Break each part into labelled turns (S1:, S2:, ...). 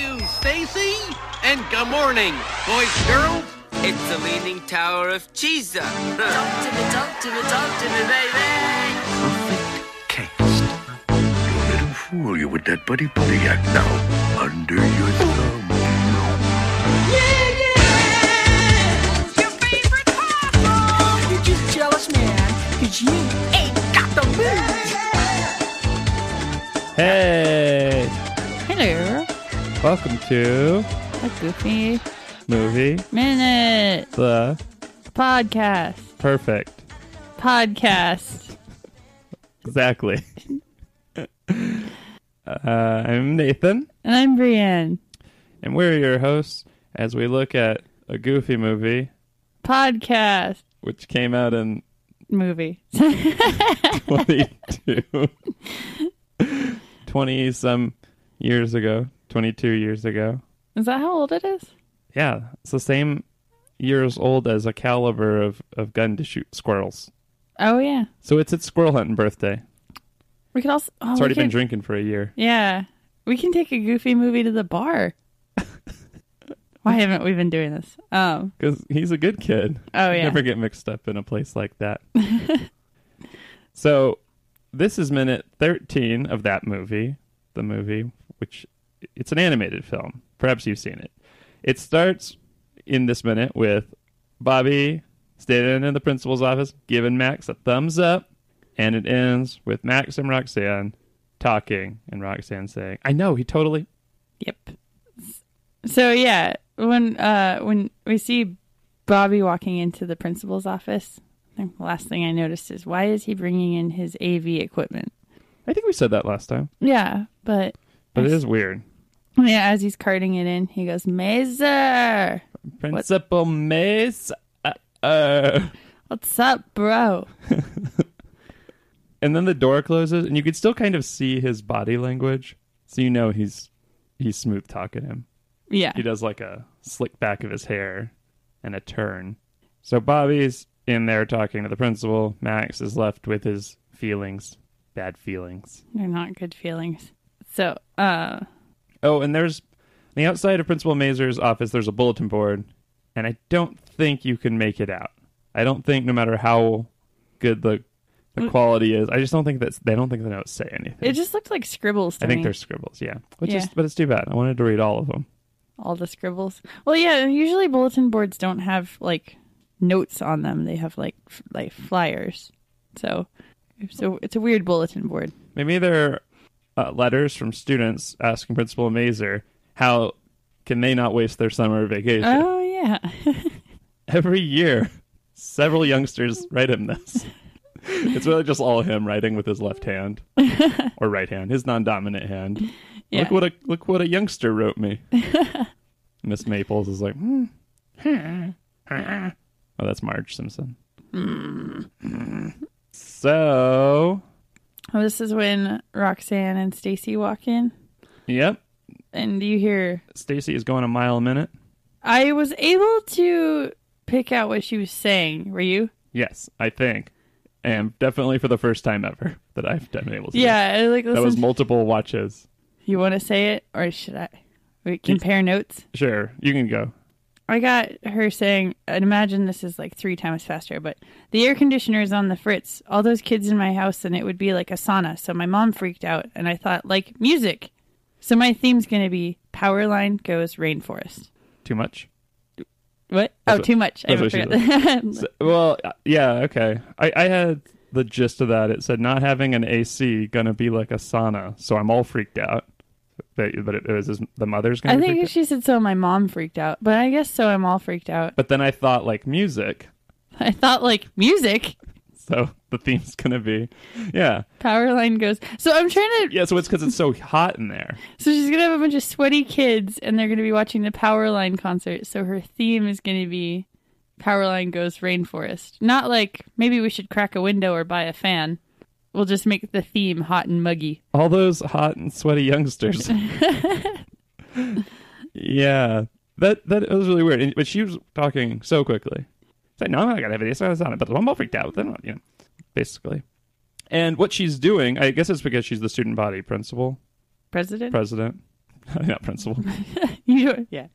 S1: Stacy, and good morning, boys, girls.
S2: It's the Leaning Tower of Cheesa.
S3: Talk to me, talk to me, talk to me, baby.
S4: perfect cast.
S5: Don't let him fool you with that buddy buddy act now. Under your thumb.
S3: Your favorite popcorn. You're just jealous, man, because you ain't got the moves.
S6: Hey,
S7: Hello,
S6: welcome to
S7: a Goofy
S6: Movie
S7: Minute
S6: the
S7: podcast.
S6: Perfect.
S7: Podcast.
S6: Exactly. uh, I'm Nathan,
S7: And I'm Brienne.
S6: and we're your hosts as we look at a goofy movie
S7: Podcast
S6: which came out in
S7: movie.
S6: 22, 20 some years ago, 22 years ago.
S7: Is that how old it is?
S6: Yeah, it's the same years old as a caliber of, of gun to shoot squirrels.
S7: Oh yeah.
S6: So it's its squirrel hunting birthday.
S7: We could also. Oh,
S6: It's
S7: we
S6: already been
S7: could-
S6: drinking for a year.
S7: Yeah, we can take a Goofy movie to the bar. Why haven't we been doing this? Um.
S6: Because he's a good kid.
S7: Oh
S6: You
S7: yeah.
S6: Never get mixed up in a place like that. so, this is minute 13 of that movie, the movie, which it's an animated film. Perhaps you've seen it. It starts in this minute with Bobby standing in the principal's office giving Max a thumbs up, and it ends with Max and Roxanne talking, and Roxanne saying, I know, he totally.
S7: Yep. So yeah, when uh when we see Bobby walking into the principal's office, I think the last thing I noticed is why is he bringing in his AV equipment?
S6: I think we said that last time,
S7: Yeah, but
S6: but it is weird.
S7: yeah, as he's carting it in, he goes, "Mazer,
S6: Principal Mace. Uh, uh.
S7: what's up, bro?"
S6: and then the door closes and you could still kind of see his body language so you know he's he's smooth talking him
S7: Yeah,
S6: he does like a slick back of his hair and a turn so bobby's in there talking to the principal max is left with his feelings bad feelings
S7: they're not good feelings. So uh,
S6: oh and there's on the outside of principal mazer's office there's a bulletin board and i don't think you can make it out i don't think no matter how good the the quality is i just don't think that's they don't think the notes say anything
S7: it just looked like scribbles to
S6: I think
S7: me.
S6: they're scribbles, yeah. Which is,
S7: Yeah.
S6: but it's too bad. I wanted to read all of them.
S7: all the scribbles. Well, yeah, usually bulletin boards don't have like notes on them. They have like f- like flyers. So so it's a weird bulletin board.
S6: Maybe they're uh, letters from students asking Principal Mazer how can they not waste their summer vacation
S7: Oh yeah.
S6: every year. Several youngsters write him this. it's really just all him writing with his left hand or right hand, his non-dominant hand.
S7: Yeah.
S6: Look what a look what a youngster wrote me. Miss Maples is like, hmm. oh, that's Marge Simpson.
S7: Hmm.
S6: so,
S7: Oh, this is when Roxanne and Stacy walk in
S6: yep,
S7: and you hear
S6: Stacy is going a mile a minute.
S7: I was able to pick out what she was saying. Were you?
S6: Yes, I think, and definitely for the first time ever that I've been able to. do.
S7: Yeah, I like
S6: that
S7: listen.
S6: was multiple watches.
S7: you want to say it or should I? We compare notes.
S6: Sure, you can go.
S7: I got her saying, and imagine this is like three times faster, but the air conditioner is on the fritz. All those kids in my house, and it would be like a sauna. So my mom freaked out, and I thought, like, music. So my theme's going to be power line goes rainforest.
S6: Too much.
S7: What? oh,
S6: what-
S7: too much. I
S6: that's what she
S7: forgot.
S6: So- well, uh, yeah, okay. I, I had the gist of that. It said not having an AC gonna be like a sauna, so I'm all freaked out. But, but it, was his, the mother's gonna.
S7: I
S6: be
S7: think
S6: freaked out.
S7: she said, so my mom freaked out, but I guess so I'm all freaked out.
S6: But then I thought like music,
S7: I thought, like, music.
S6: so the theme's gonna be, yeah,
S7: Power line goes. So I'm trying to.
S6: yeah. So it's because it's so hot in there.
S7: So she's gonna have a bunch of sweaty kids, and they're gonna be watching the Powerline concert. So her theme is gonna be Powerline goes rainforest. Not like maybe we should crack a window or buy a fan. We'll just make the theme hot and muggy.
S6: All those hot and sweaty youngsters. yeah, that that was really weird. And- But she was talking so quickly. It's like, no, I'm not gonna have any sauna on it, but I'm all freaked out. Then, you know, basically. And what she's doing, I guess it's because she's the student body principal,
S7: President.
S6: president. not principal.
S7: You, yeah.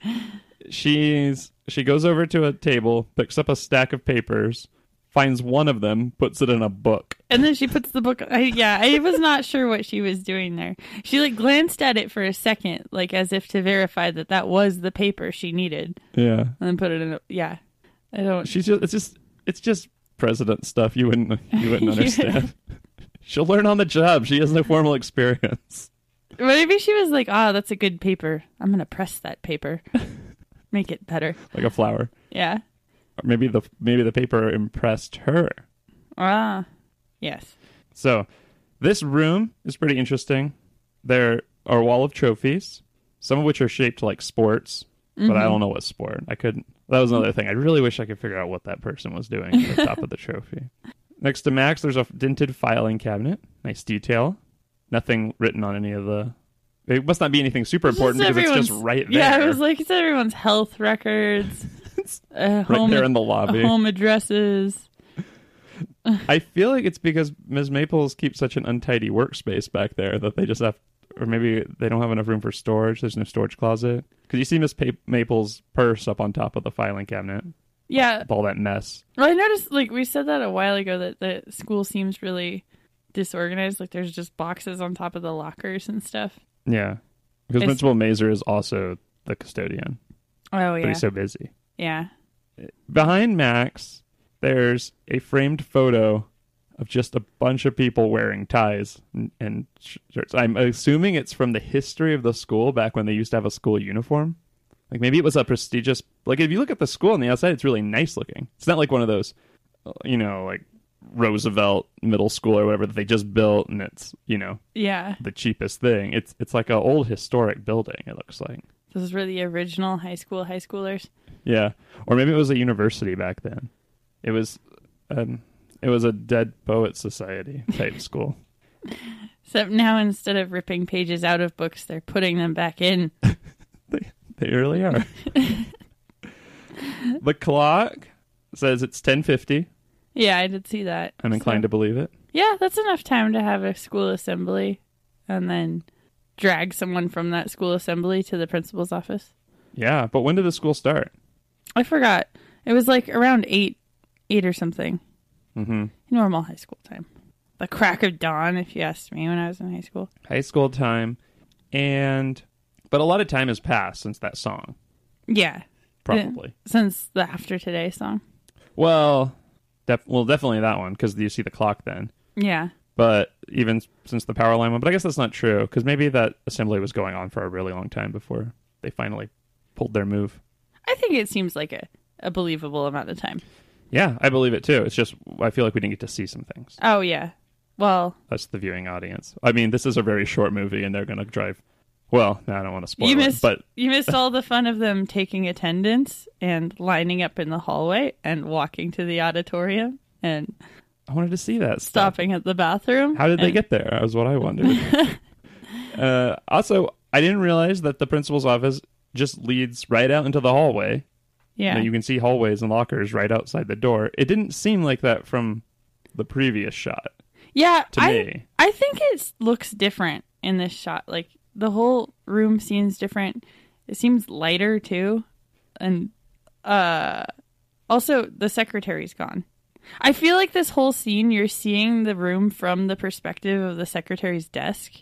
S6: She's she goes over to a table, picks up a stack of papers, finds one of them, puts it in a book.
S7: And then she puts the book. I, yeah, I was not sure what she was doing there. She like glanced at it for a second, like as if to verify that that was the paper she needed,
S6: Yeah.
S7: and then put it in. A, yeah, I don't.
S6: She's just it's just it's just president stuff you wouldn't you wouldn't understand. She'll learn on the job. She has no formal experience.
S7: Maybe she was like, "Ah, that's a good paper. I'm gonna press that paper, make it better."
S6: Like a flower.
S7: Yeah.
S6: Or maybe the maybe the paper impressed her.
S7: Ah. Yes.
S6: So this room is pretty interesting. There are a wall of trophies, some of which are shaped like sports,
S7: Mm-hmm.
S6: but I don't know what sport. I couldn't. That was another thing. I really wish I could figure out what that person was doing at the top of the trophy. Next to Max, there's a dented filing cabinet. Nice detail. Nothing written on any of the. It must not be anything super important
S7: This is
S6: because it's just
S7: everyone's-
S6: right there.
S7: Yeah, it was like it's everyone's health records, uh,
S6: right
S7: home,
S6: there in the lobby.
S7: home addresses.
S6: I feel like it's because Ms. Maples keeps such an untidy workspace back there that they just have, or maybe they don't have enough room for storage. There's no storage closet. Because you see Ms. Pa- Maples' purse up on top of the filing cabinet
S7: Yeah,
S6: with all that mess.
S7: Well, I noticed, like, we said that a while ago that the school seems really disorganized. Like, there's just boxes on top of the lockers and stuff.
S6: Yeah. Because
S7: It's-
S6: Principal Mazer is also the custodian,
S7: Oh,
S6: but
S7: yeah.
S6: he's so busy.
S7: yeah.
S6: Behind Max, there's a framed photo of just a bunch of people wearing ties and, and sh- shirts. I'm assuming it's from the history of the school back when they used to have a school uniform. Like maybe it was a prestigious. Like if you look at the school on the outside, it's really nice looking. It's not like one of those, uh, you know, like Roosevelt Middle School or whatever that they just built and it's you know
S7: Yeah.
S6: the cheapest thing. It's it's like an old historic building. It looks like.
S7: Those were the original high school high schoolers.
S6: Yeah, or maybe it was a university back then. It was, um, it was a dead poet society type school.
S7: Except now, instead of ripping pages out of books, they're putting them back in.
S6: They, they really are. the clock says it's ten fifty.
S7: yeah, I did see that.
S6: I'm inclined to believe it.
S7: Yeah, that's enough time to have a school assembly and then drag someone from that school assembly to the principal's office.
S6: Yeah, but when did the school start?
S7: I forgot. It was like around eight, eight or something. Mm-hmm. Normal high school time. The crack of dawn, if you asked me, when I was in high school.
S6: High school time, and but a lot of time has passed since that song,
S7: Yeah.
S6: probably.
S7: Since the After Today song.
S6: Well, def- well, definitely that one because you see the clock then.
S7: Yeah.
S6: but even since the power line one, but I guess that's not true because maybe that assembly was going on for a really long time before they finally pulled their move.
S7: I think it seems like a, a believable amount of time.
S6: Yeah, I believe it too. It's just I feel like we didn't get to see some things.
S7: Oh, yeah. Well,
S6: That's the viewing audience. I mean, this is a very short movie, and they're going to drive. Well, no, I don't want to spoil
S7: you missed
S6: it, but
S7: you missed all the fun of them taking attendance and lining up in the hallway and walking to the auditorium and
S6: I wanted to see that. Stuff.
S7: stopping at the bathroom.
S6: How did they
S7: and-
S6: get there? That was what I wondered. uh, also, I didn't realize that the principal's office just leads right out into the hallway.
S7: Yeah.
S6: Now, you can see hallways and lockers right outside the door. It didn't seem like that from the previous shot.
S7: Yeah,
S6: to
S7: I,
S6: me.
S7: I think it looks different in this shot. Like the whole room seems different. It seems lighter too, and uh, also the secretary's gone. I feel like this whole scene you're seeing the room from the perspective of the secretary's desk.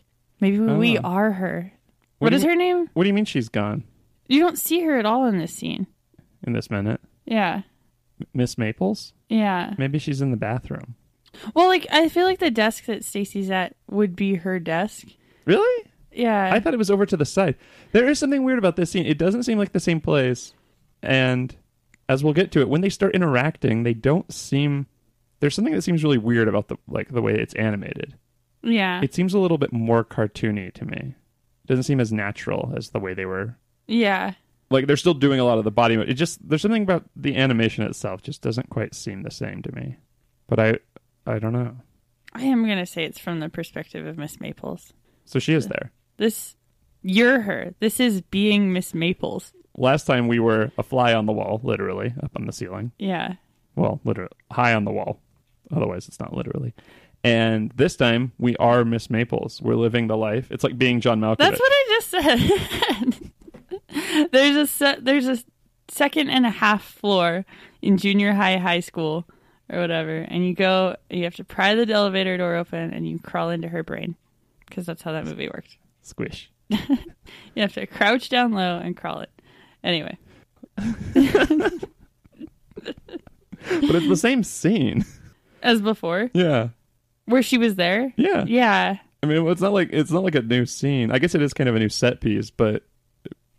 S7: Maybe we
S6: Oh.
S7: are her.
S6: What
S7: what
S6: do
S7: is
S6: you-
S7: her name?
S6: What do you mean she's gone
S7: You don't see her at all in this scene.
S6: in this minute?
S7: Yeah.
S6: Miss Maples?
S7: Yeah.
S6: Maybe she's in the bathroom.
S7: Well, like I feel like the desk that Stacy's at would be her desk.
S6: Really?
S7: Yeah.
S6: I thought it was over to the side. There is something weird about this scene. It doesn't seem like the same place. And as we'll get to it, when they start interacting, they don't seem there's something that seems really weird about the like the way it's animated.
S7: yeah.
S6: It seems a little bit more cartoony to me. doesn't seem as natural as the way they were
S7: yeah.
S6: like they're still doing a lot of the body mo- it just there's something about the animation itself just doesn't quite seem the same to me but i i don't know
S7: I am gonna say it's from the perspective of Miss Maples.
S6: so she is there
S7: This, you're her. This is being Miss Maples.
S6: last time we were a fly on the wall literally up on the ceiling
S7: Yeah,
S6: well literally high on the wall otherwise it's not literally and this time we are miss maples we're living the life it's like being john malkovich
S7: that's what I just said there's a se- there's a second and a half floor in junior high, high school, or whatever, and you go, you have to pry the elevator door open, and you crawl into her brain, because that's how that movie worked.
S6: Squish.
S7: You have to crouch down low and crawl it. Anyway,
S6: But it's the same scene.
S7: as before,
S6: Yeah.
S7: where she was there.
S6: Yeah.
S7: Yeah.
S6: I mean, it's not like it's not like a new scene. I guess it is kind of a new set piece, but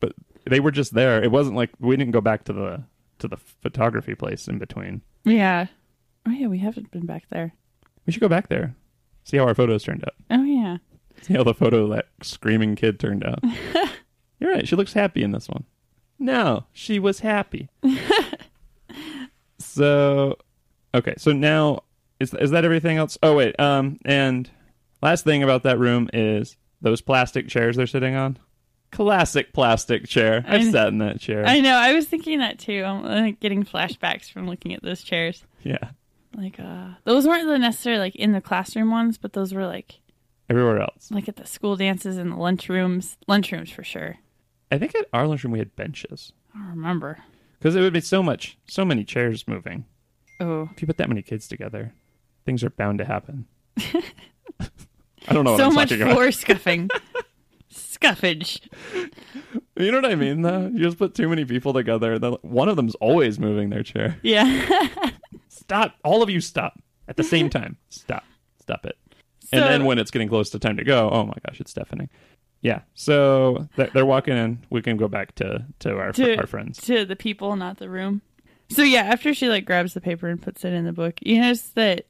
S6: but they were just there. It wasn't like we didn't go back to the to the photography place in between.
S7: Yeah. Oh yeah, we haven't been back there.
S6: We should go back there. See how our photos turned out.
S7: Oh yeah.
S6: See how the photo of that screaming kid turned out. You're right. She looks happy in this one. No, she was happy. so, okay. So now is is that everything else? Oh wait. Um, and last thing about that room is those plastic chairs they're sitting on. Classic plastic chair. I've
S7: I-
S6: sat in that chair.
S7: I know. I was thinking that too. I'm like, getting flashbacks from looking at those chairs.
S6: yeah.
S7: Like uh those weren't the necessarily like in the classroom ones, but those were like
S6: Everywhere else.
S7: like at the school dances and the lunchrooms. Lunchrooms for sure.
S6: I think at our lunchroom we had benches
S7: I don't remember.
S6: because it would be so much, so many chairs moving.
S7: Oh.
S6: if you put that many kids together, things are bound to happen. I don't know what
S7: so
S6: I'm
S7: much
S6: talking about.
S7: floor scuffing. Scuffage.
S6: You know what I mean, though? You just put too many people together. the- One of them's always moving their chair.
S7: Yeah.
S6: Stop. All of you stop at the same time. Stop. Stop it. and
S7: So-
S6: then when it's getting close to time to go, oh my gosh, it's deafening. Yeah. So th- they're walking in. We can go back to, to our,
S7: to
S6: our friends.
S7: to the people not the room so yeah after she like grabs the paper and puts it in the book you notice that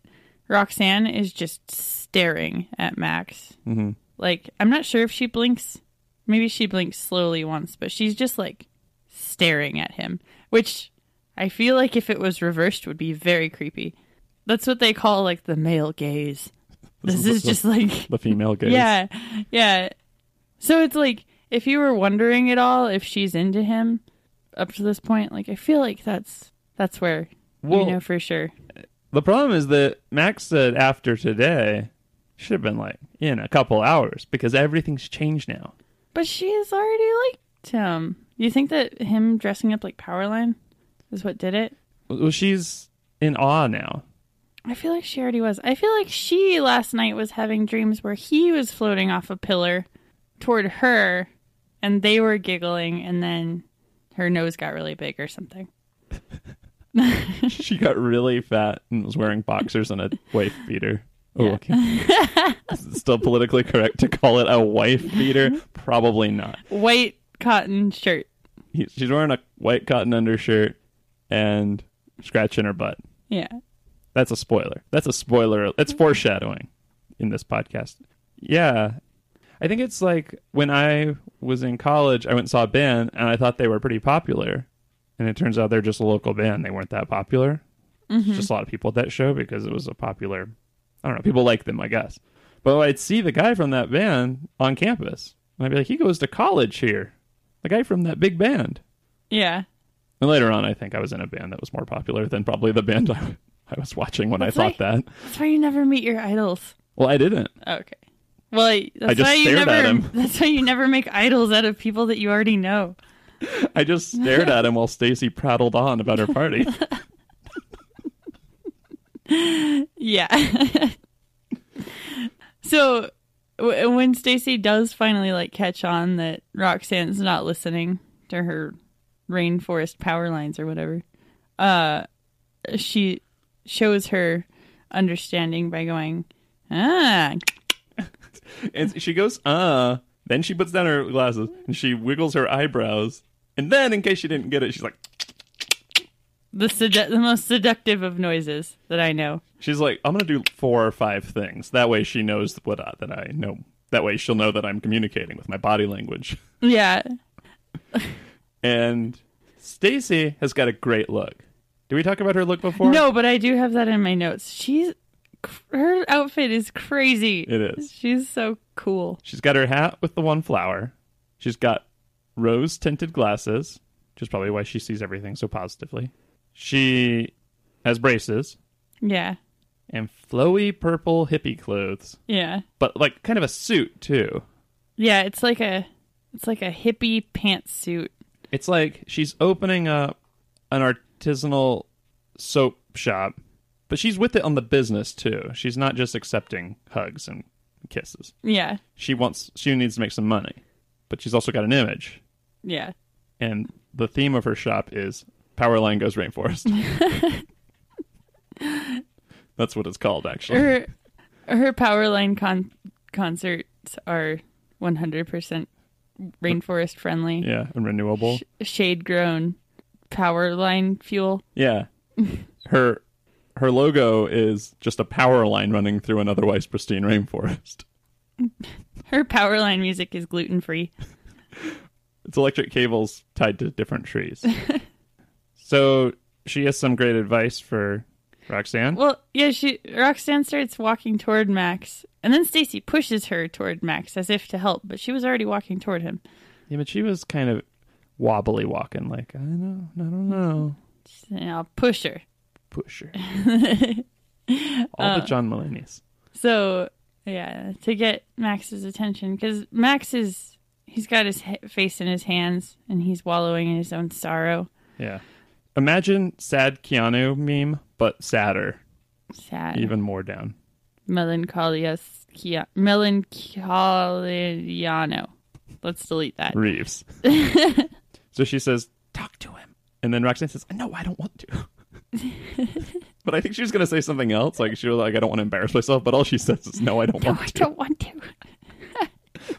S7: roxanne is just staring at max mm-hmm. like i'm not sure if she blinks maybe she blinks slowly once but she's just like staring at him which i feel like if it was reversed would be very creepy that's what they call like the male gaze this is just like
S6: The female gaze.
S7: yeah, yeah. So it's like if you were wondering at all if she's into him up to this point, like I feel like that's that's where
S6: Well-
S7: you know for sure.
S6: The problem is that Max said after today, should have been like in a couple hours because everything's changed now.
S7: But she has already liked him. You think that him dressing up like Powerline is what did it?
S6: Well, she's in awe now.
S7: I feel like she already was. I feel like she last night was having dreams where he was floating off a pillar toward her and they were giggling and then her nose got really big or something.
S6: She got really fat and was wearing boxers and a wife beater. Oh, okay. Is it still politically correct to call it a wife beater? Probably not.
S7: White cotton shirt.
S6: He- She's wearing a white cotton undershirt and scratching her butt.
S7: Yeah.
S6: That's a spoiler. That's a spoiler. That's foreshadowing in this podcast. Yeah. I think it's like when I was in college, I went and saw a band and I thought they were pretty popular. And it turns out they're just a local band. They weren't that popular. It's Just a lot of people at that show because it was a popular, I don't know, people like them, I guess. But I'd see the guy from that band on campus. And I'd be like, he goes to college here. The guy from that big band.
S7: Yeah.
S6: And later on, I think I was in a band that was more popular than probably the band I, I was watching when
S7: That's
S6: I thought that.
S7: right. That's why you never meet your idols.
S6: Well, I didn't.
S7: Okay. Well, I- that's
S6: just
S7: why you
S6: stared
S7: never.
S6: at him.
S7: That's why you never make idols out of people that you already know.
S6: I just stared at him while Stacy prattled on about her party.
S7: Yeah. so, w- when Stacy does finally like catch on that Roxanne's not listening to her rainforest power lines or whatever, uh, she shows her understanding by going, ah,
S6: and she goes, uh, then she puts down her glasses and she wiggles her eyebrows. And then, in case she didn't get it, she's like,
S7: the sedu- the most seductive of noises that I know.
S6: she's like, I'm gonna do four or five things. That way, she knows what I, that I know. That way, she'll know that I'm communicating with my body language.
S7: Yeah.
S6: And Stacy has got a great look. Did we talk about her look before?
S7: No, but I do have that in my notes. She's her outfit is crazy.
S6: It is.
S7: She's so cool.
S6: She's got her hat with the one flower. She's got rose tinted glasses, which is probably why she sees everything so positively. She has braces
S7: Yeah.
S6: and flowy purple hippie clothes,
S7: Yeah.
S6: but like kind of a suit too.
S7: Yeah, it's like a It's like a hippie pantsuit.
S6: It's like she's opening up an artisanal soap shop, but she's with it on the business too. She's not just accepting hugs and kisses.
S7: Yeah,
S6: She wants she needs to make some money, but she's also got an image.
S7: yeah.
S6: And the theme of her shop is Power Line Goes Rainforest. That's what it's called actually.
S7: Her her power line con- concerts are 100% rainforest friendly,
S6: Yeah, and renewable.
S7: shade grown power line fuel.
S6: Yeah. Her her logo is just a power line running through an otherwise pristine rainforest.
S7: Her power line music is gluten free.
S6: It's electric cables tied to different trees. so she has some great advice for Roxanne.
S7: Well, yeah, she Roxanne starts walking toward Max, and then Stacy pushes her toward Max as if to help, but she was already walking toward him.
S6: yeah, but she was kind of wobbly walking, like, I know, I don't know.
S7: She said, I'll push her.
S6: Push her. All the John Mulaney's.
S7: So yeah, to get Max's attention because Max is he's got his he- face in his hands and he's wallowing in his own sorrow.
S6: Yeah. Imagine sad Keanu meme, but sadder,
S7: Sad,
S6: even more down.
S7: melancholia, scia- melancholiano. Let's delete that.
S6: Reeves. so she says, Talk to him. And then Roxanne says, No, I don't want to. but I think she was going to say something else. Like, she was like, I don't want to embarrass myself. But all she says is, No, I don't
S7: No,
S6: want
S7: I
S6: to.
S7: don't want to.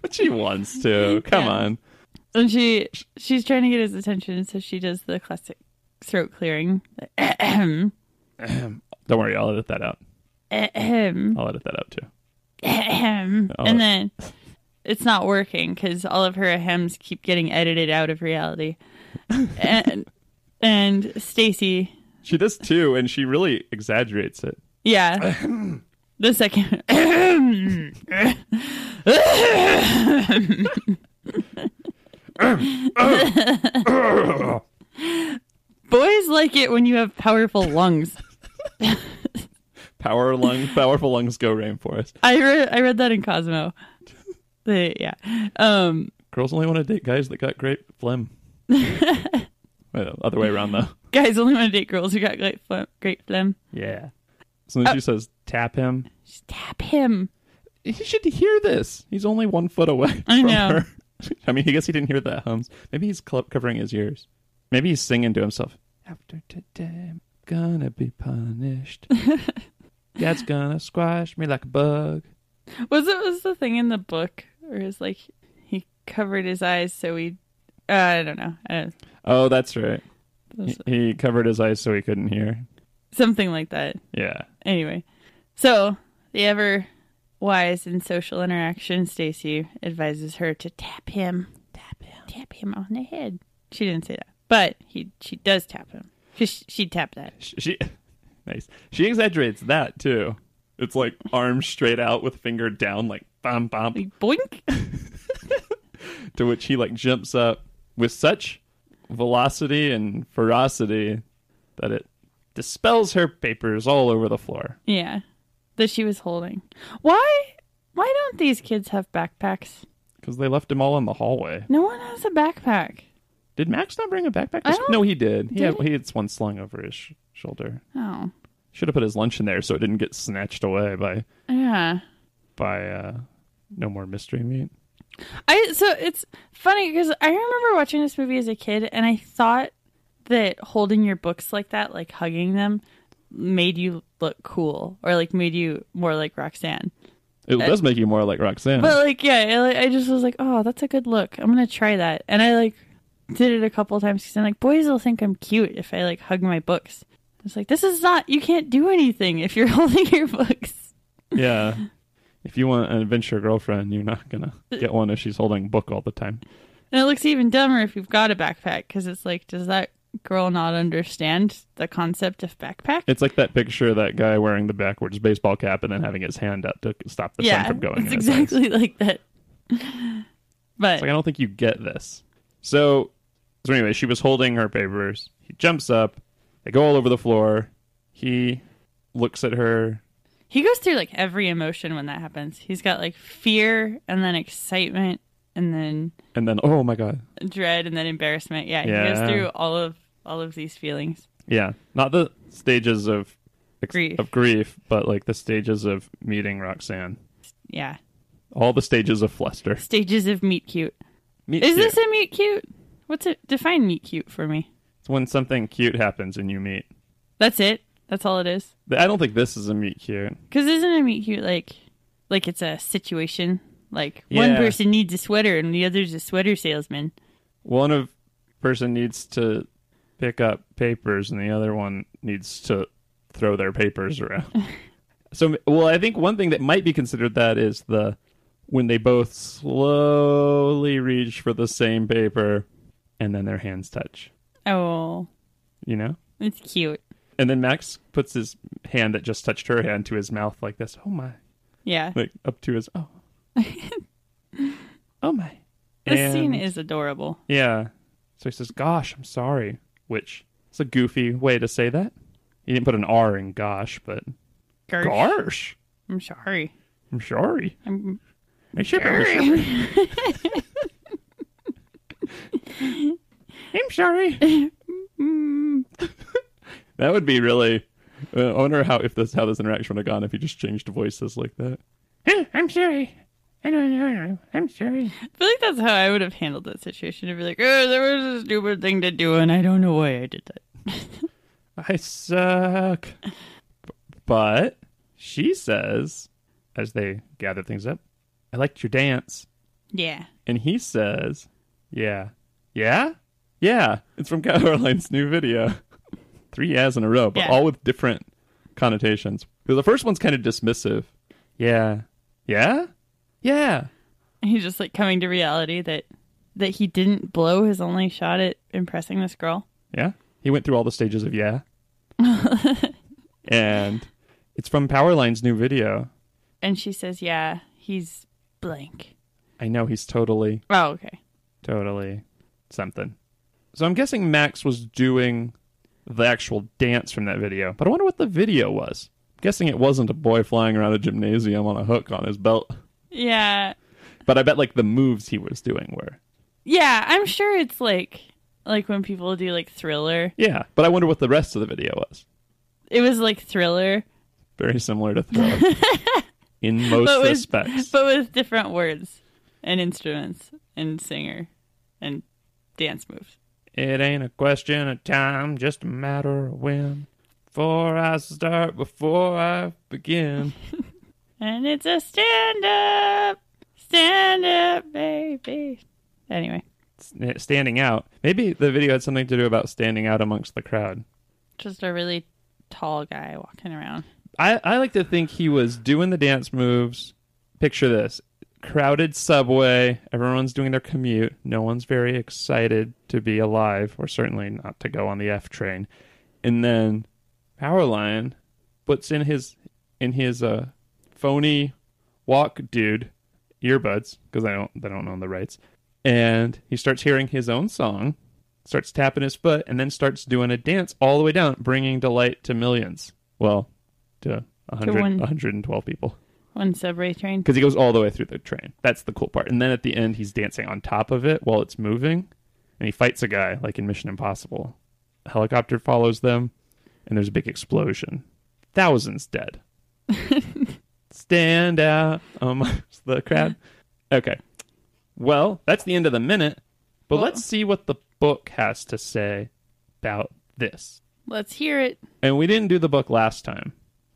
S6: But she wants to. Come
S7: Yeah.
S6: on.
S7: And she she's trying to get his attention, so she does the classic throat clearing. Ahem,
S6: Don't worry. I'll edit that out.
S7: ahem,
S6: I'll edit that out too.
S7: ahem.
S6: Oh.
S7: And then it's not working because all of her ahems keep getting edited out of reality. and and Stacy,
S6: She does too. And she really exaggerates it.
S7: yeah, the second. Boys like it when you have powerful lungs.
S6: Power lung, powerful lungs go rainforest.
S7: I read I read that in Cosmo. The, yeah. Um
S6: Girls only want to date guys that got great phlegm. Well, Other way around, though.
S7: guys only want to date girls who got great phlegm, great phlegm.
S6: Yeah. So then she says, Tap him.
S7: Just tap him.
S6: Uh, he should hear this. He's only one foot away.
S7: I
S6: from
S7: know.
S6: Her. I mean, I guess he didn't hear that hums. Maybe he's cl- covering his ears. Maybe he's singing to himself. After today, I'm gonna be punished. Dad's gonna squash me like a bug.
S7: Was it was the thing in the book or is like he covered his eyes so he uh, I don't know. I don't,
S6: Oh, that's right. He,
S7: That's-
S6: he covered his eyes so he couldn't hear.
S7: something like that.
S6: Yeah.
S7: Anyway. So, the ever wise in social interaction, Stacy advises her to tap him. Tap him. Tap him on the head. She didn't say that. But he she does tap him. She she tapped that.
S6: She, she nice. She exaggerates that too. It's like arms straight out with finger down, like bam bam.
S7: Like, boink.
S6: to which he like jumps up with such velocity and ferocity that it dispels her papers all over the floor.
S7: Yeah. That she was holding. Why why don't these kids have backpacks?
S6: Because they left him all in the hallway.
S7: No one has a backpack.
S6: Did Max not bring a backpack?
S7: I
S6: to
S7: don't-
S6: No, he did. He, had,
S7: Did
S6: he had one slung over his sh- shoulder.
S7: Oh.
S6: Should have put his lunch in there so it didn't get snatched away by
S7: Yeah.
S6: by uh, no more mystery meat.
S7: I so it's funny because I remember watching this movie as a kid, and I thought that holding your books like that, like hugging them, made you look cool or like made you more like Roxanne.
S6: It
S7: Uh,
S6: does make you more like Roxanne.
S7: But like, yeah, I, like, I just was like, oh, that's a good look. I'm gonna try that, and I like did it a couple times because I'm like, boys will think I'm cute if I like hug my books. It's like this is not you can't do anything if you're holding your books.
S6: yeah. If you want an adventure girlfriend, you're not gonna get one if she's holding a book all the time.
S7: And it looks even dumber if you've got a backpack because it's like, does that girl not understand the concept of backpack?
S6: It's like that picture of that guy wearing the backwards baseball cap and then having his hand up to stop the
S7: yeah,
S6: sun from going.
S7: it's
S6: in his eyes.
S7: exactly like that. But
S6: It's like I don't think you get this. So, so anyway, she was holding her papers. He jumps up. They go all over the floor. He looks at her.
S7: he goes through like every emotion when that happens. He's got like fear and then excitement and then
S6: and then oh my god,
S7: dread and then embarrassment. Yeah, he
S6: Yeah.
S7: goes through all of all of these feelings.
S6: yeah, not the stages of ex-
S7: Grief.
S6: of grief, but like the stages of meeting Roxanne,
S7: Yeah,
S6: all the stages of fluster.
S7: stages of meet cute.
S6: Meet
S7: Is
S6: cute.
S7: this a meet cute? What's it? Define meet cute for me.
S6: It's when something cute happens and you meet.
S7: That's it. That's all it is.
S6: I don't think this is a meet cute.
S7: Because isn't a meet cute like like it's a situation? Like
S6: Yeah.
S7: one person needs a sweater and the other's a sweater salesman.
S6: One of person needs to pick up papers and the other one needs to throw their papers around. so well, I think one thing that might be considered that is the when they both slowly reach for the same paper and then their hands touch,
S7: Oh,
S6: you know?
S7: it's cute.
S6: And then Max puts his hand that just touched her hand to his mouth like this. Oh my.
S7: Yeah,
S6: Like up to his oh. oh my.
S7: this
S6: And-
S7: scene is adorable.
S6: Yeah. So he says, Gosh, I'm sorry. Which is a goofy way to say that. He didn't put an R in gosh, but
S7: Garsh.
S6: gosh.
S7: I'm sorry.
S6: I'm sorry.
S7: I'm
S6: I should be sorry. I'm sorry. that would be really. Uh, I wonder how if this how this interaction would have gone if you just changed voices like that. "Eh, I'm sorry. I don't know. I'm sorry.
S7: I feel like that's how I would have handled that situation. I'd be like, oh, that was a stupid thing to do, and I don't know why I did that.
S6: I suck. B- But she says, as they gather things up, I liked your dance.
S7: Yeah.
S6: And he says, Yeah. Yeah? Yeah. It's from Caroline's new video. Three yeahs in a row, but
S7: Yeah.
S6: all with different connotations. 'Cause The first one's kind of dismissive. Yeah. Yeah? Yeah.
S7: He's just like coming to reality that that he didn't blow his only shot at impressing this girl.
S6: Yeah. He went through all the stages of yeah. and it's from Powerline's new video.
S7: And she says, Yeah, he's blank.
S6: I know he's totally,
S7: Oh, okay.
S6: totally something. So I'm guessing Max was doing the actual dance from that video, but I wonder what the video was. I'm guessing it wasn't a boy flying around a gymnasium on a hook on his belt,
S7: Yeah.
S6: but I bet like the moves he was doing were.
S7: Yeah, I'm sure it's like like when people do like thriller.
S6: Yeah, but I wonder what the rest of the video was.
S7: It was like thriller,
S6: Very similar to Throw. in most
S7: but with
S6: respects.
S7: but with different words and instruments and singer and dance moves.
S6: It ain't a question of time, just a matter of when. Before I start, before I begin.
S7: And it's a stand up, stand up, baby. Anyway,
S6: st- standing out. Maybe the video had something to do about standing out amongst the crowd.
S7: just a really tall guy walking around.
S6: I, I like to think he was doing the dance moves. Picture this crowded subway, everyone's doing their commute, no one's very excited to be alive, or certainly not to go on the F train. And then Powerline puts in his in his uh, phony walk dude earbuds because I don't they don't own the rights, and he starts hearing his own song, starts tapping his foot, and then starts doing a dance all the way down, bringing delight to millions. Well, to 100,
S7: one.
S6: 112 people
S7: One subway train.
S6: because he goes all the way through the train. That's the cool part. And then at the end, he's dancing on top of it while it's moving, and he fights a guy like in Mission Impossible. A helicopter follows them, and there's a big explosion. Thousands dead. Stand out amongst the crowd. Okay. Well, that's the end of the minute, but let's see what the book has to say about this.
S7: Let's hear it.
S6: And we didn't do the book last time.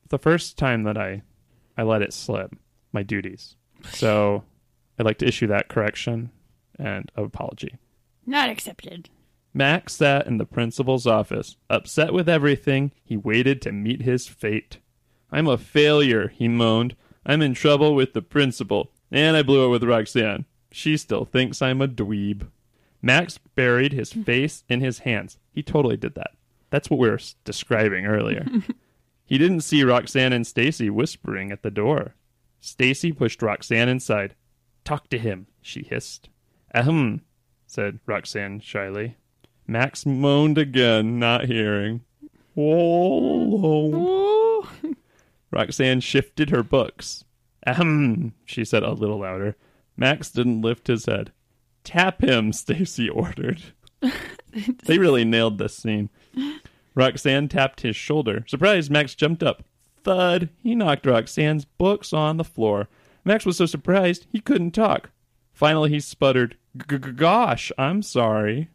S6: The first time that I I let it slip, my duties. So I'd like to issue that correction and apology.
S7: Not accepted.
S6: Max sat in the principal's office, upset with everything. He waited to meet his fate. I'm a failure, he moaned. I'm in trouble with the principal, and I blew it with Roxanne. She still thinks I'm a dweeb. Max buried his face in his hands. He totally did that. That's what we were s- describing earlier. he didn't see Roxanne and Stacy whispering at the door. Stacy pushed Roxanne inside. Talk to him, she hissed. Ahem, said Roxanne shyly. Max moaned again, not hearing. Whoa.
S7: Ooh.
S6: Roxanne shifted her books. Ahem, she said a little louder. Max didn't lift his head. Tap him, Stacy ordered. they really nailed this scene. Roxanne tapped his shoulder. Surprised, Max jumped up. Thud! He knocked Roxanne's books on the floor. Max was so surprised he couldn't talk. Finally, he sputtered, "G- g- Gosh, I'm sorry.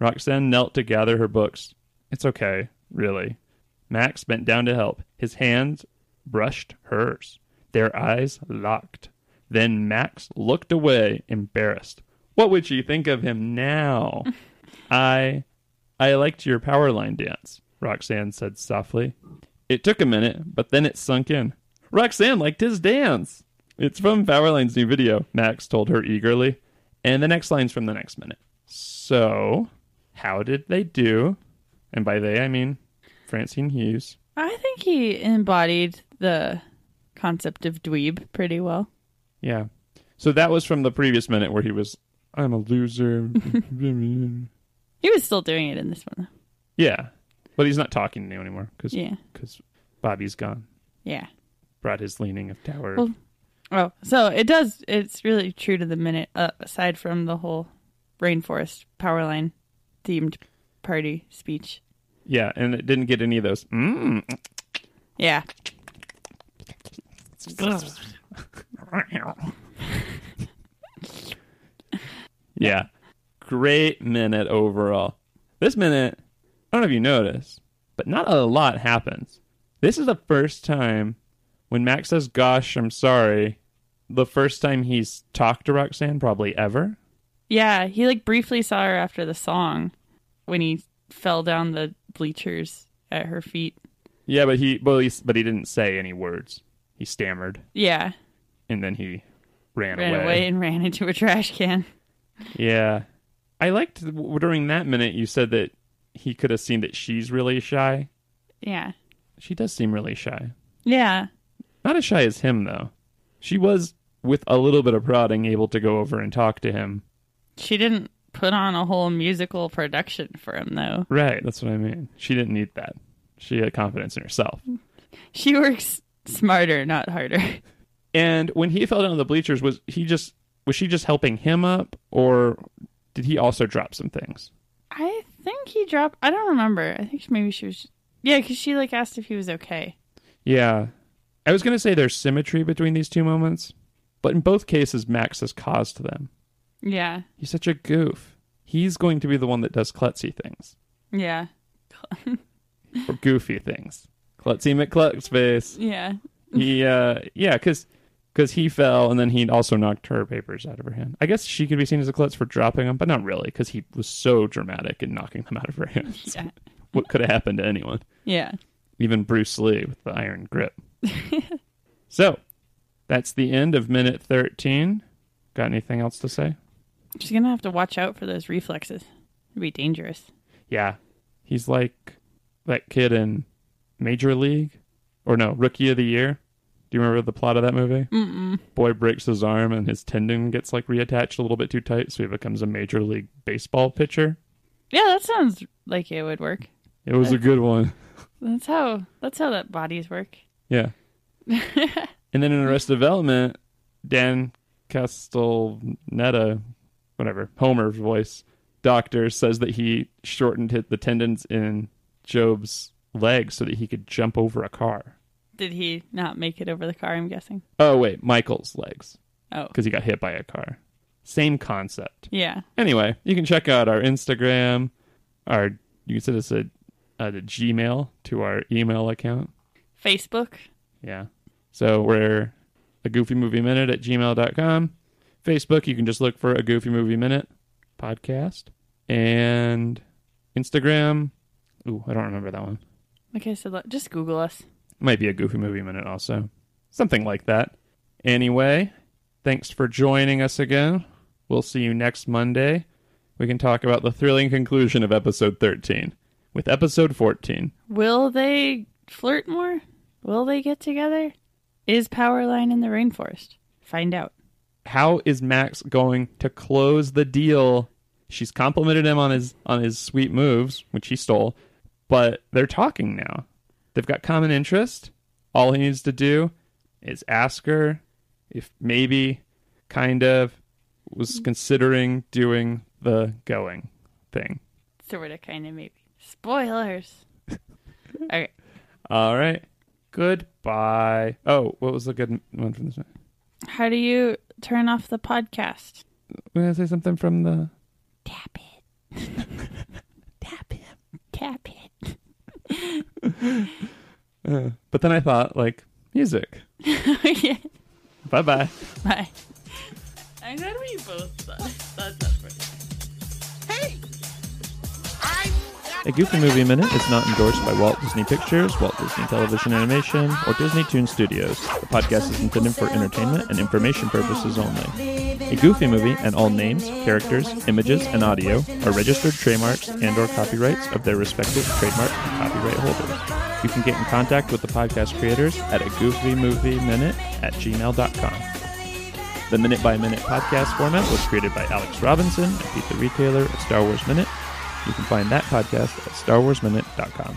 S6: Roxanne knelt to gather her books. It's okay, really. Max bent down to help. His hands brushed hers. Their eyes locked. Then Max looked away, embarrassed. What would she think of him now? I I liked your power line dance, Roxanne said softly. It took a minute, but then it sunk in. Roxanne liked his dance. It's from Powerline's new video, Max told her eagerly. And the next line's from the next minute. So, how did they do? And by they, I mean Francine Hughes.
S7: I think he embodied the concept of dweeb pretty well.
S6: Yeah. So that was from the previous minute where he was, I'm a loser.
S7: He was still doing it in this one, though.
S6: yeah. But he's not talking to you anymore because
S7: Yeah.
S6: Bobby's gone.
S7: Yeah.
S6: Brought his leaning of tower.
S7: Well- Oh, so it does. It's really true to the minute, uh, aside from the whole rainforest power line themed party speech.
S6: yeah. And it didn't get any of those. Mm.
S7: Yeah.
S6: Yeah. Great minute overall. This minute, I don't know if you noticed, but not a lot happens. This is the first time when Max says, Gosh, I'm sorry, the first time he's talked to Roxanne, probably ever.
S7: Yeah. He like briefly saw her after the song when he fell down the bleachers at her feet.
S6: Yeah, but he, well, he but he didn't say any words. He stammered
S7: Yeah.
S6: and then he ran,
S7: Ran away, and ran into a trash can.
S6: Yeah. I liked w- during that minute you said that he could have seen that she's really shy.
S7: Yeah.
S6: She does seem really shy.
S7: Yeah.
S6: Not as shy as him, though. She was, with a little bit of prodding, able to go over and talk to him.
S7: She didn't put on a whole musical production for him, though.
S6: Right, that's what I mean. She didn't need that. She had confidence in herself.
S7: She works smarter, not harder.
S6: And when he fell down the bleachers, was he just was she just helping him up, or did he also drop some things?
S7: I think he dropped. I don't remember. I think she- maybe she was. Yeah, because she like asked if he was okay.
S6: Yeah, I was gonna say there's symmetry between these two moments, but in both cases, Max has caused them.
S7: Yeah.
S6: He's such a goof. He's going to be the one that does klutzy things
S7: Yeah.
S6: or goofy things. Klutzy McClucksface.
S7: Yeah.
S6: he uh yeah because because he fell and then he also knocked her papers out of her hand i guess she could be seen as a klutz for dropping them but not really because he was so dramatic in knocking them out of her hands
S7: Yeah.
S6: what could have happened to anyone
S7: Yeah.
S6: even bruce lee with the iron grip so that's the end of minute 13 got anything else to say
S7: She's gonna have to watch out for those reflexes. It'd be dangerous.
S6: yeah he's like that kid in major league or no rookie of the year do you remember the plot of that movie boy breaks his arm and his tendon gets like reattached a little bit too tight, so he becomes a major league baseball pitcher.
S7: Yeah, that sounds like it would work.
S6: It was a good one.
S7: That's how. That's how that bodies work.
S6: Yeah. and then in Arrested Development, Dan Castellaneta, whatever, Homer's voice, doctor says that he shortened hit the tendons in Job's leg so that he could jump over a car.
S7: Did he not make it over the car? I'm guessing.
S6: Oh wait, Michael's legs
S7: Oh.
S6: because he got hit by a car. Same concept.
S7: Yeah.
S6: anyway, you can check out our Instagram, our you can send us a, a, Gmail to our email account.
S7: Facebook.
S6: Yeah. So we're a goofy movie minute at gmail.com. Facebook, you can just look for a goofy movie minute podcast. And Instagram, ooh, I don't remember that one.
S7: Like I said, lo- just Google us.
S6: Might be a goofy movie minute also. Something like that. Anyway, thanks for joining us again. We'll see you next Monday. We can talk about the thrilling conclusion of episode 13 with episode 14.
S7: Will they flirt more? Will they get together? Is Powerline in the rainforest? Find out.
S6: How is Max going to close the deal? She's complimented him on his on his sweet moves, which he stole, but they're talking now. They've got common interest. All he needs to do is ask her if maybe kind of was considering doing the going thing.
S7: Sort of, kind of, maybe. Spoilers. okay.
S6: All right. Goodbye. Oh, what was the good one from this one?
S7: How do you turn off the podcast?
S6: We're going to say something from the.
S7: Tap it. Tap him. Tap it.
S6: But then I thought, like, music.
S7: okay.
S6: Bye bye.
S7: Bye. I'm glad we both thought, thought that first.
S6: A Goofy Movie Minute is not endorsed by Walt Disney Pictures, Walt Disney Television Animation, or Disney Toon Studios. The podcast is intended for entertainment and information purposes only. A Goofy Movie and all names, characters, images, and audio are registered trademarks and or copyrights of their respective trademark and copyright holders. You can get in contact with the podcast creators at a Goofy Movie Minute at gmail.com. The Minute by Minute podcast format was created by Alex Robinson and Pete the Retailer at Star Wars Minute. You can find that podcast at starwarsminute.com.